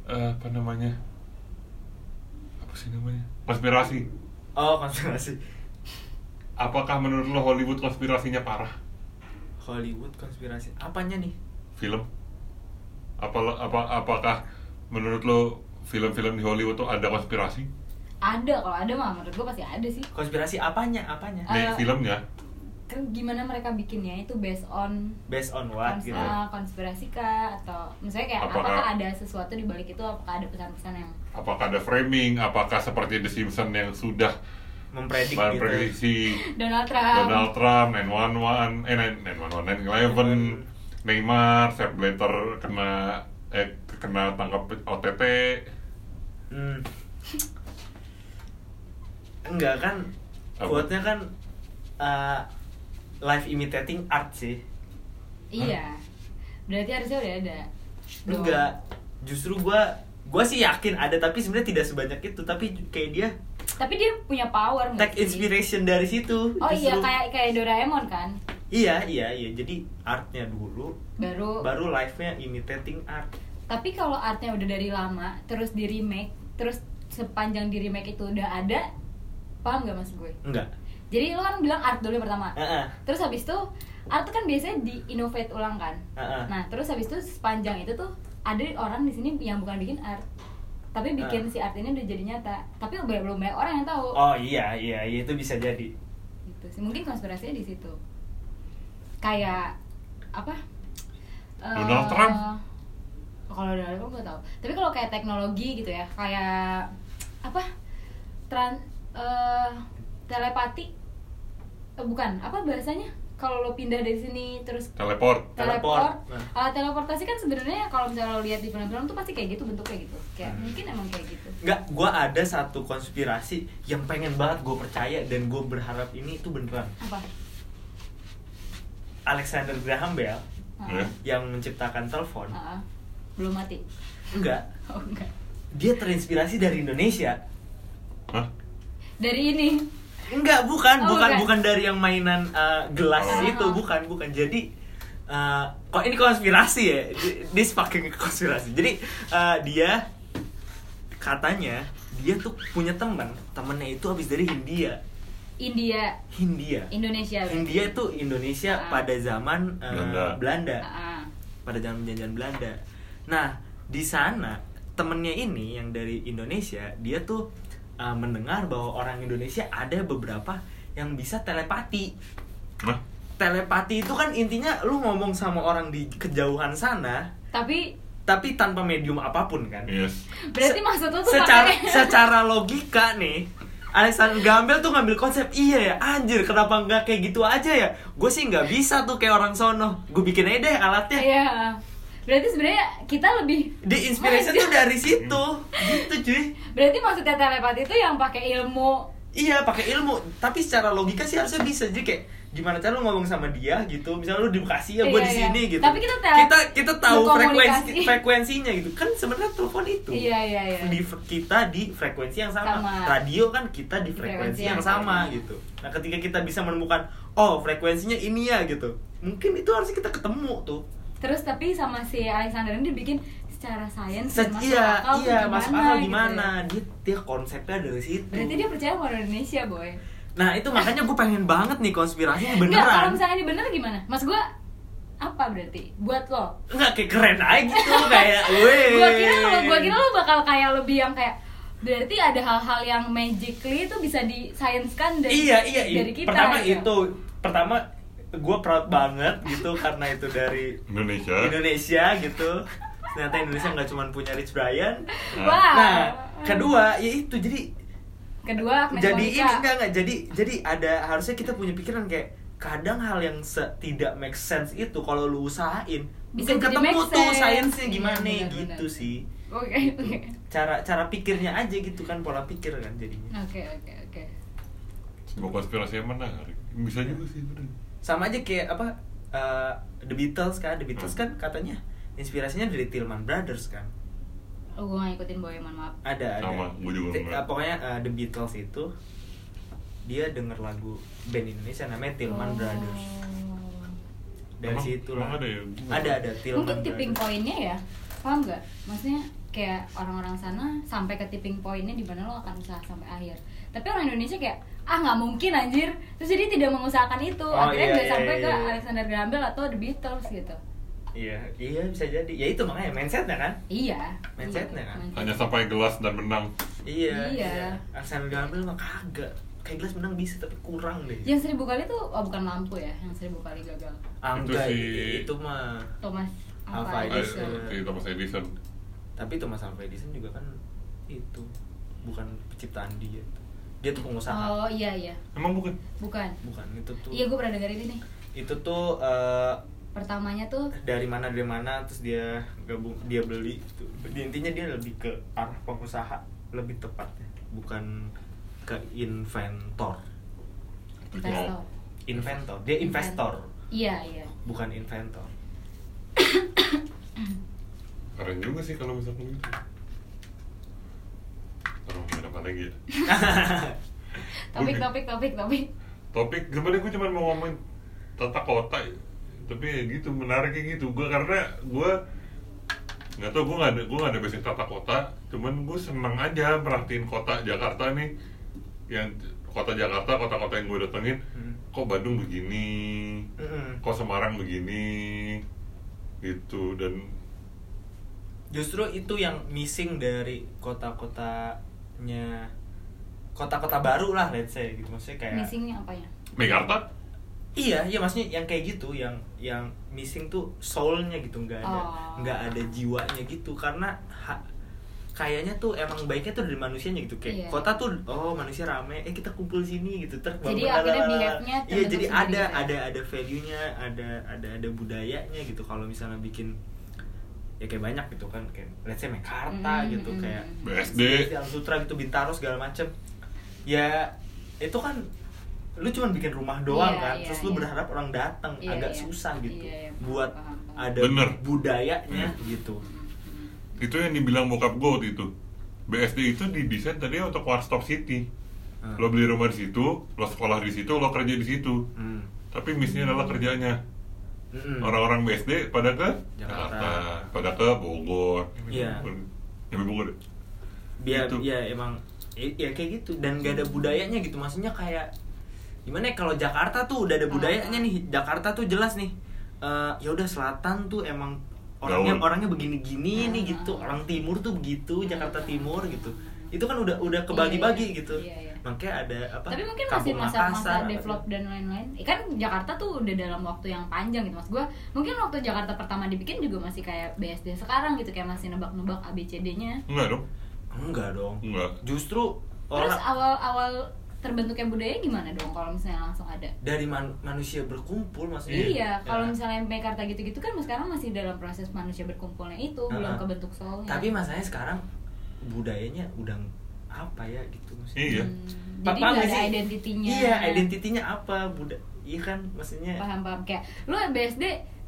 A: eh, Apa namanya Apa sih namanya Konspirasi
C: oh konspirasi
A: Apakah menurut lo Hollywood konspirasinya parah?
C: Hollywood konspirasi apanya nih
A: film? Apa apa apakah menurut lo film-film di Hollywood tuh ada konspirasi?
B: ada kalau ada mah menurut gue pasti ada sih
C: konspirasi apanya apanya
A: Nih
B: Eh.
A: filmnya
B: Kan gimana mereka bikinnya itu based on
C: based on what
B: kons-
C: gitu
B: eh, konspirasi kah atau misalnya kayak
A: Apakah-
B: apakah, ada sesuatu di balik itu apakah ada pesan-pesan yang
A: apakah ada framing? Apakah seperti The Simpsons yang sudah
C: mempredik gitu
B: [laughs]
A: memprediksi
B: Donald Trump
A: Donald Trump, 911, eh 911, 911,
B: Hmm.
A: Neymar, Sepp Blatter kena eh kena tangkap OTT.
C: Hmm. enggak kan
A: Apa?
C: quote-nya kan eh, life imitating art sih
B: iya berarti harusnya udah ada Dong.
C: enggak justru gua gua sih yakin ada tapi sebenarnya tidak sebanyak itu tapi kayak dia
B: tapi dia punya power nggak
C: take
B: sih?
C: inspiration dari situ
B: oh iya
C: justru.
B: kayak kayak Doraemon kan
C: iya iya iya jadi artnya dulu
B: baru
C: baru live nya imitating art
B: tapi kalau artnya udah dari lama terus di remake terus sepanjang di remake itu udah ada paham nggak maksud gue
C: enggak
B: jadi lo kan bilang art dulu yang pertama
C: Heeh.
B: terus habis itu art tuh kan biasanya di innovate ulang kan
C: Heeh.
B: nah terus habis itu sepanjang itu tuh ada orang di sini yang bukan bikin art tapi bikin
C: Heeh.
B: si art ini udah jadi nyata tapi belum belum banyak orang yang tahu
C: oh iya iya iya itu bisa jadi
B: gitu sih mungkin konspirasinya di situ kayak apa Eh,
A: Donald Trump.
B: kalau Donald Trump gue tahu tapi kalau kayak teknologi gitu ya kayak apa tran eh, telepati Eh, bukan apa bahasanya kalau lo pindah dari sini terus
A: Teleport.
B: teleport,
C: Teleport. Nah.
B: Eh, teleportasi kan sebenarnya kalau misalnya lo lihat di film-film tuh pasti kayak gitu bentuk kayak gitu kayak
C: Hmm.
B: mungkin emang kayak gitu
C: Enggak, gue ada satu konspirasi yang pengen banget gue percaya dan gue berharap ini itu beneran.
B: apa
C: Alexander Graham Bell
A: Ya.
C: yang menciptakan telepon,
B: Ah, ah. belum mati [laughs]
C: enggak,
B: oh enggak
C: dia terinspirasi dari Indonesia.
A: Hah?
B: dari ini
C: Enggak, bukan,
B: Oh, Ah.
C: bukan,
B: bukan.
C: bukan dari yang mainan uh, gelas
A: Oh.
C: itu, bukan, bukan. Jadi uh, kok ini konspirasi ya? Di- This fucking konspirasi. Jadi uh, dia katanya dia tuh punya teman, temennya itu habis dari Hindia,
B: India
C: Hindia.
B: Indonesia berarti.
C: India itu Indonesia
B: Iya, Ah.
C: pada zaman eh,
A: Belanda.
C: Belanda.
B: Ah, ah.
C: pada zaman penjajahan Belanda. Nah, di sana temennya ini yang dari Indonesia, dia tuh eh, mendengar bahwa orang Indonesia ada beberapa yang bisa telepati.
A: Hah?
C: Telepati itu kan intinya lu ngomong sama orang di kejauhan sana,
B: tapi
C: tapi tanpa medium apapun kan.
A: Yes.
B: berarti
C: Se-
B: maksud lo tuh
C: secara
B: [laughs] pakai-
C: secara logika nih Alexander Gambel tuh ngambil konsep iya ya anjir kenapa nggak kayak gitu aja ya gue sih nggak bisa tuh kayak orang sono gue bikin aja deh alatnya
B: Iya. berarti sebenarnya kita lebih
C: di inspiration tuh dari situ gitu cuy
B: berarti maksudnya telepati itu yang pakai ilmu
C: iya pakai ilmu tapi secara logika sih harusnya bisa jadi kayak gimana cara lu ngomong sama dia gitu misalnya lu di bekasi ya gue
B: Iya,
C: di
B: iya.
C: sini gitu
B: Tapi kita tele-
C: kita kita tahu
B: berkomunikasi.
C: frekuensi frekuensinya gitu kan sebenarnya telepon itu
B: Iya, iya, iya.
C: di kita di frekuensi yang sama.
B: Sama.
C: radio kan kita di frekuensi yang, sama gitu nah ketika kita bisa menemukan oh frekuensinya ini ya gitu mungkin itu harusnya kita ketemu tuh
B: terus tapi sama si Alexander ini dibikin secara sains
C: Se-
B: dan masuk
C: iya
B: akal tuh
C: iya masuk akal
B: gitu
C: gimana
B: ya.
C: dia dia konsepnya dari situ
B: berarti dia percaya sama orang Indonesia boy
C: Nah itu makanya gue pengen banget nih konspirasinya
B: Nggak, kalau
C: beneran
B: misalnya ini bener gimana mas gua apa berarti buat lo
C: Enggak kayak keren aja gitu kayak
B: [laughs]
C: weh
B: gua kira lo gua kira lo bakal kayak lebih yang kayak berarti ada hal-hal yang magically itu bisa disainskan dari
C: Iya iya iya
B: dari kita
C: Pertama
B: gitu.
C: itu Pertama gue proud banget gitu karena itu dari
A: Indonesia.
C: Indonesia gitu Ternyata Indonesia nggak cuma punya Rich Brian
A: Nah.
B: Wah.
C: Nah kedua ya itu jadi
B: kedua Agnes
C: jadi ini
B: Monica.
C: enggak enggak jadi jadi ada harusnya kita punya pikiran kayak kadang hal yang se- tidak make sense itu kalau lu usahain
B: Bisa
C: mungkin
B: jadi
C: ketemu
B: make
C: tuh
B: sense.
C: sainsnya
B: Iya,
C: gimana
B: benar,
C: gitu
B: benar.
C: sih Gitu.
B: Oke, oke.
C: cara cara pikirnya aja gitu kan pola pikir kan jadinya
B: Oke, oke, oke.
A: Sebuah konspirasi yang menarik. Bisa juga sih bener.
C: sama aja kayak apa eh, The Beatles kan The Beatles
A: Hmm.
C: kan katanya inspirasinya dari Tillman Brothers kan
B: Oh, gue gak ngikutin Boy, mohon maaf.
C: ada ada
A: Sama, gua juga
C: Ti-
A: enggak.
C: eh, pokoknya eh, The Beatles itu dia denger lagu band Indonesia namanya Tillman
B: Oh.
C: Brothers dari
A: Emang-
C: situ
A: emang
C: lah
A: ada ya? Gua-
C: ada ada Tillman
B: Mungkin tipping
C: Brothers.
B: poinnya ya, paham gak? Maksudnya kayak orang-orang sana sampai ke tipping poinnya di mana lo akan usaha sampai akhir. Tapi orang Indonesia kayak ah nggak mungkin anjir terus jadi tidak mengusahakan itu
C: Oh,
B: akhirnya
C: iya,
B: nggak
C: iya,
B: sampai
C: iya,
B: ke
C: iya.
B: Alexander Graham Bell atau The Beatles gitu
C: Iya, iya bisa jadi. Ya itu makanya mindsetnya kan.
B: Iya.
C: Mindsetnya
B: Iya,
C: kan?
B: mindset.
A: hanya sampai gelas dan menang
C: Iya.
B: Iya.
C: Sambil diambil mah kagak. Kayak gelas menang bisa tapi kurang deh.
B: Yang seribu kali tuh oh, bukan lampu ya, yang seribu kali gagal.
C: Angga
A: Itu
C: itu,
A: si-
C: itu mah.
B: Thomas
C: Alva
B: Alva
A: Eh,
C: Edison.
B: Edison.
A: si Thomas Edison
C: Tapi Thomas Alva Edison juga kan itu bukan penciptaan dia. Dia tuh pengusaha.
B: Oh iya iya,
A: emang bukan
B: bukan.
C: Bukan itu tuh.
B: Iya gue pernah denger ini nih.
C: Itu tuh eh,
B: Pertamanya tuh
C: dari mana dari mana terus dia gabung dia beli gitu. Di- Intinya dia lebih ke arah pengusaha lebih tepatnya, bukan ke inventor.
A: Iya.
B: investor.
C: Inventor, dia investor,
B: Iya iya.
C: bukan inventor.
A: keren juga sih kalau misalkan gitu Taruh ngomongin apa lagi ya?
B: Topik topik topik topik.
A: Topik sebenarnya gue cuma mau ngomongin tata kota ya. Tapi ya gitu menariknya gitu gue karena gue nggak tau gue nggak ada gue nggak ada basic tata kota cuman gue seneng aja merhatiin kota Jakarta nih yang kota Jakarta kota-kota yang gue datengin
C: Hmm.
A: kok Bandung begini
C: Mm-mm.
A: kok Semarang begini gitu dan
C: Justru itu yang missing dari kota-kotanya kota-kota baru lah let's say gitu maksudnya kayak
B: Missingnya ya? apanya?
A: Mekarta
C: iya iya maksudnya yang kayak gitu yang yang missing tuh soulnya gitu nggak ada
B: Oh.
C: nggak ada jiwanya gitu karena ha- kayaknya tuh emang baiknya tuh dari manusianya gitu kayak
B: Iya.
C: kota tuh oh manusia rame eh kita kumpul sini gitu terus
B: Jadi
C: bangun,
B: akhirnya
C: lalalala.
B: behave-nya
C: iya
B: terbentuk
C: jadi
B: sendiri
C: ada
B: gitu ya.
C: ada ada value nya ada ada ada budayanya gitu kalau misalnya bikin ya kayak banyak gitu kan kayak let's say Mekarta
B: Mm,
C: gitu
B: mm,
C: kayak
B: mm.
A: BSD.
C: Silang Sutra gitu Bintaro segala macem ya itu kan lu cuma bikin rumah doang
B: Iya,
C: kan
B: iya,
C: terus lu
B: iya.
C: berharap orang datang
B: Iya,
C: agak
B: iya.
C: susah gitu
B: Iya, iya, paham,
C: buat
B: paham, paham.
C: ada
A: Bener.
C: budayanya
A: Hmm.
C: gitu
A: itu yang dibilang bokap gue waktu itu BSD itu didesain tadinya untuk Warstop City
C: Hmm.
A: lo beli rumah di situ lo sekolah di situ lo kerja di situ
C: Hmm.
A: tapi misinya adalah kerjanya
C: Mm-mm.
A: orang-orang BSD pada ke
C: Hmm. Jakarta.
A: pada ke Bogor
C: Iya.
A: yang Bogor ya?
C: biar
A: Gitu.
C: ya emang i- ya kayak gitu dan gak ada budayanya gitu maksudnya kayak gimana ya kalau Jakarta tuh udah ada budayanya
B: Hmm.
C: nih Jakarta tuh jelas nih Eh ya udah selatan tuh emang orangnya
A: Gaul.
C: orangnya
B: Hmm.
C: begini-gini nih gitu orang timur tuh begitu Jakarta Timur gitu itu kan udah udah kebagi-bagi
B: Iya,
C: gitu
B: iya, iya.
C: makanya ada apa gitu.
B: Tapi mungkin masih
C: Kampung Makassar,
B: masa-masa
C: apa
B: develop
C: tuh.
B: dan lain-lain. Eh, kan Jakarta tuh udah dalam waktu yang panjang gitu mas. Gua mungkin waktu Jakarta pertama dibikin juga masih kayak BSD sekarang gitu kayak masih nebak-nebak ABCD-nya.
A: enggak dong
C: enggak dong
A: enggak
C: justru
B: Terus
C: orang
B: awal-awal terbentuknya budaya gimana dong kalau misalnya langsung ada?
C: dari man- manusia berkumpul maksudnya
B: Iya,
C: Ya.
B: kalau misalnya Mekarta gitu-gitu kan sekarang masih dalam proses manusia berkumpulnya itu, belum
C: Uh-uh.
B: kebentuk soulnya. Hmm.
C: tapi masalahnya sekarang budayanya udah apa ya gitu maksudnya
A: iya
B: Hmm,
C: Pa-
B: jadi
C: paham
B: nggak
C: gak
B: ada
C: sih?
B: identitinya.
C: iya identitinya apa budak iya kan maksudnya
B: Paham paham kayak lu BSD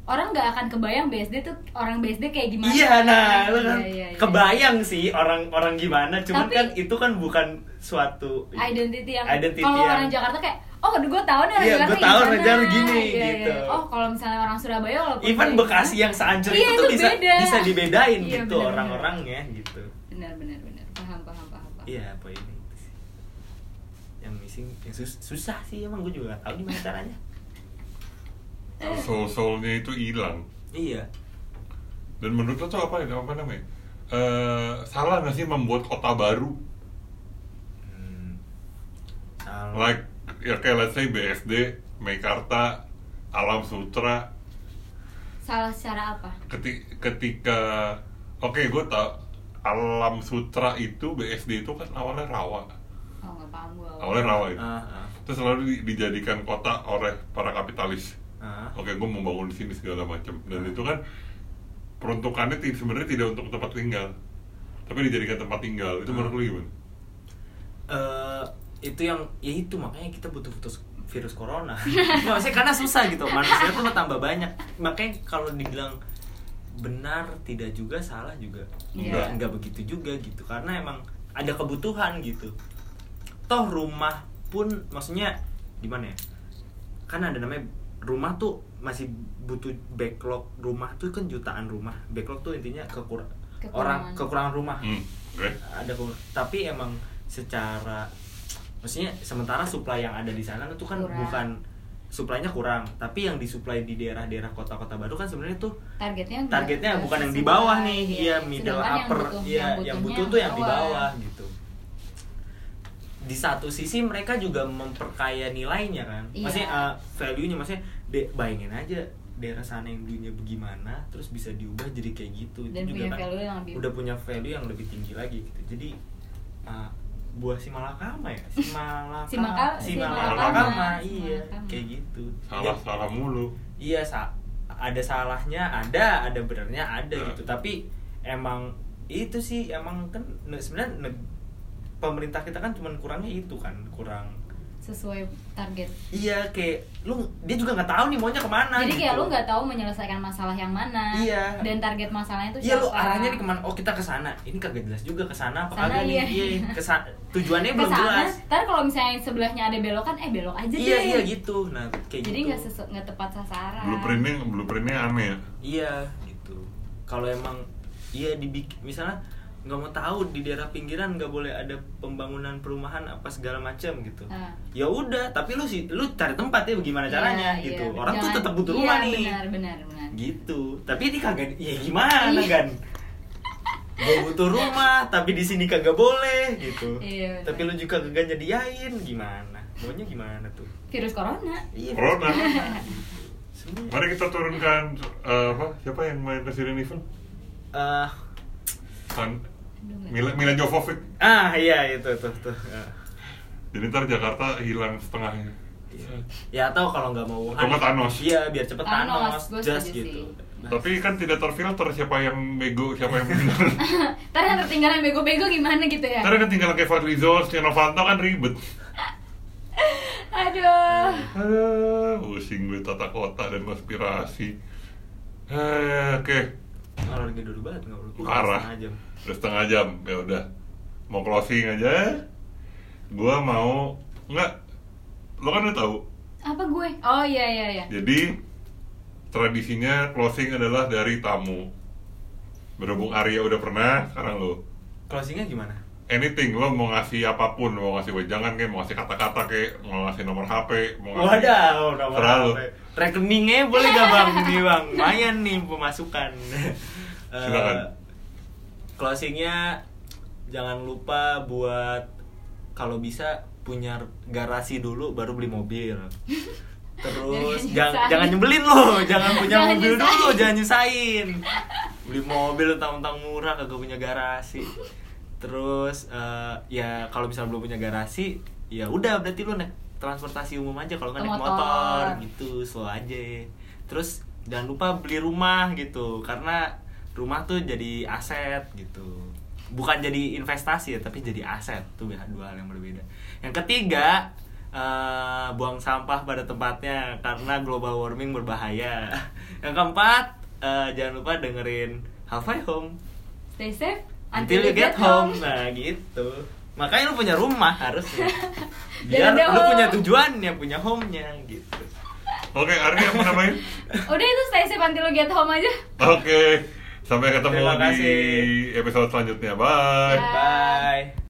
B: orang nggak akan kebayang BSD tuh orang BSD kayak gimana.
C: iya nah lu kan
B: Iya, iya, iya.
C: kebayang sih orang orang gimana cuman
B: Tapi-
C: kan itu kan bukan suatu
B: identity yang
C: Identity
B: kalau
C: yang-
B: orang Jakarta kayak oh gue tahu nih orang
C: Iya,
B: Jakarta
C: gua tahu
B: kayak
C: orang
B: gimana."
C: Jakarta gini,
B: Iya, iya.
C: gitu.
B: oh kalau misalnya orang Surabaya walaupun
C: even
B: kayak
C: Bekasi
B: gimana,
C: yang seancur
B: iya,
C: itu tuh bisa
B: beda.
C: bisa dibedain
B: Iya,
C: gitu
B: benar-benar.
C: orang-orangnya gitu
B: benar benar benar paham paham paham, paham.
C: iya apa ini yang missing yang sus- susah sih emang gue juga gak tahu gimana caranya
A: soul soulnya itu hilang
C: iya
A: dan menurut lo tuh apa ya apa namanya Eh, salah nggak sih membuat kota baru
C: hmm. Salah.
A: like ya kayak let's say BSD Mekarta Alam Sutra
B: salah secara apa
A: Keti- ketika oke gue tau alam sutra itu BSD itu kan awalnya rawa
B: oh nggak paham gue
A: awalnya rawa itu
C: Ah, ah,
A: terus selalu di- dijadikan kota oleh para kapitalis
C: ah.
A: oke gue mau bangun di sini segala macam dan itu kan peruntukannya ti- sebenarnya tidak untuk tempat tinggal tapi dijadikan tempat tinggal itu
C: Ah.
A: menurut lu gimana
C: eh itu yang ya itu makanya kita butuh virus virus corona
B: [laughs]
C: Nggak, maksudnya karena susah gitu manusia tuh tambah banyak makanya kalau dibilang benar tidak juga salah juga
B: Iya.
C: nggak nggak begitu juga gitu karena emang ada kebutuhan gitu toh rumah pun maksudnya gimana ya kan ada namanya rumah tuh masih butuh backlog rumah tuh kan jutaan rumah backlog tuh intinya kekur-
B: Kekurangan.
C: orang kekurangan rumah
A: hmm oke
C: ada kur- tapi emang secara maksudnya sementara supply yang ada di sana itu kan
B: Kurang.
C: bukan supply-nya kurang tapi yang disuplai di daerah-daerah kota-kota baru kan sebenarnya tuh
B: targetnya nggak-
C: targetnya
B: nggak
C: bukan yang di
B: sesuai.
C: bawah nih iya middle
B: Sedangkan
C: upper iya yang butuh
B: butuhnya
C: tuh yang di bawah gitu di satu sisi mereka juga memperkaya nilainya kan
B: Iya.
C: maksudnya eh, value-nya maksudnya de- bayangin aja daerah sana yang dulunya bagaimana terus bisa diubah jadi kayak gitu Itu
B: Dan punya value yang lebih-
C: udah punya value yang lebih tinggi lagi gitu jadi eh, buah si malakama ya si malakama
B: Simaka-
A: Simalakama,
C: iya
B: Simalakama.
C: kayak gitu
A: salah
C: Ya,
A: salah mulu
C: iya sa ada salahnya ada ada benernya ada
A: Nah.
C: gitu tapi emang itu sih emang kan ne- sebenarnya ne- pemerintah kita kan cuman kurangnya itu kan kurang
B: sesuai target
C: iya kayak lu dia juga nggak tahu nih maunya kemana
B: jadi kayak
C: gitu.
B: lu nggak tahu menyelesaikan masalah yang mana
C: Iya.
B: dan target masalahnya tuh
C: Iya lu
B: siapa.
C: arahnya nih kemana? Oh kita ke sana. Ini kagak jelas juga ke sana apa
B: Sana,
C: kagak nih?
B: iya.
C: ke sa- tujuannya belum
B: Kesana,
C: jelas.
B: ntar kalau misalnya sebelahnya ada belokan eh belok aja
C: Iya
B: deh
C: iya gitu. Nah kayak
B: jadi
C: gitu.
B: nggak sesu- nggak tepat sasaran
A: blueprintnya blueprintnya aneh ya
C: Iya gitu. Kalau emang iya dibikin misalnya nggak mau tahu di daerah pinggiran nggak boleh ada pembangunan perumahan apa segala macam gitu.
B: Ah.
C: Ya udah, tapi lu sih lu cari tempat ya bagaimana
B: Iya,
C: caranya
B: iya,
C: gitu.
B: bener.
C: Orang tuh
B: Jangan-
C: tetap butuh rumah
B: iya,
C: nih.
B: benar benar benar
C: Gitu. Tapi ini kagak ya gimana
B: Iya.
C: kan? Gue butuh rumah, tapi di sini kagak boleh gitu.
B: Iya, bener.
C: tapi lu juga kagak nyediain gimana? Maunya gimana tuh?
B: virus corona
C: Iya.
A: Corona.
C: Semua.
A: mari kita turunkan eh, apa siapa yang main Resident Evil
C: Eh,
A: kan
B: Aduh, nggak-
A: Mila Mila Jovovich
C: ah iya itu tuh tuh. Ah.
A: jadi ntar Jakarta hilang setengahnya
C: Ya atau kalau nggak mau Wuhan.
A: Atau nggak Thanos.
C: Iya, biar cepet
B: Thanos,
C: Thanos,
B: gua
C: just
B: setuju
C: gitu.
B: sih.
C: Nah,
A: tapi kan tidak terfilter siapa yang bego siapa yang benar
B: [laughs] [laughs] ntar yang tertinggalan bego-bego gimana gitu ya
A: ntar ketinggalan kayak Fadli Zon, Setia Novanto kan ribet
B: aduh
A: Aduh, pusing gue tata kota dan konspirasi eh, oke
C: Nah, olahraga dulu banget nggak perlu.
A: parah
C: Setengah jam.
A: udah setengah jam ya udah mau closing aja gua mau nggak lo kan udah tahu
B: apa gue oh iya iya iya
A: jadi tradisinya closing adalah dari tamu berhubung Arya udah pernah sekarang lo
C: Closingnya gimana?
A: anything lo mau ngasih apapun mau ngasih wejangan kayak mau ngasih kata-kata kayak mau ngasih nomor HP mau ngasih
C: Wadaw, nomor
A: Serah lu.
C: apa? Rekeningnya boleh gak bang? Nih
B: [laughs]
C: bang, lumayan nih pemasukan. Eh,
A: Silakan.
C: closingnya jangan lupa buat kalau bisa punya garasi dulu baru beli
B: [laughs]
C: mobil. Terus jangan
B: Jangan nyusahin.
C: jangan nyebelin lo, jangan punya
B: Jangan
C: mobil
B: nyusahin.
C: dulu, jangan nyusahin. Beli mobil tang-tang murah kagak punya garasi. Terus eh, ya kalau misalnya belum punya garasi, ya udah berarti lu naik transportasi umum aja kalau nggak naik
B: Motor.
C: motor gitu, slow aja. Terus jangan lupa beli rumah gitu karena rumah tuh jadi aset gitu. Bukan jadi investasi ya, tapi jadi aset tuh ya, dua hal yang berbeda. Yang ketiga, eh, buang sampah pada tempatnya karena global warming berbahaya. Yang keempat, eh, jangan lupa dengerin Halfway Home
B: stay safe
C: until you get home. Nah, gitu. Makanya lu punya rumah [laughs] harusnya. Biar
B: Jangan ada
C: lu
B: home.
C: punya tujuannya, punya home-nya gitu.
A: oke Arya apa
C: [laughs]
A: namanya
B: [laughs] udah itu stay safe until you get home aja
A: oke sampai ketemu
C: Terima
A: di
C: kasih.
A: episode selanjutnya bye
B: Bye.
C: Bye.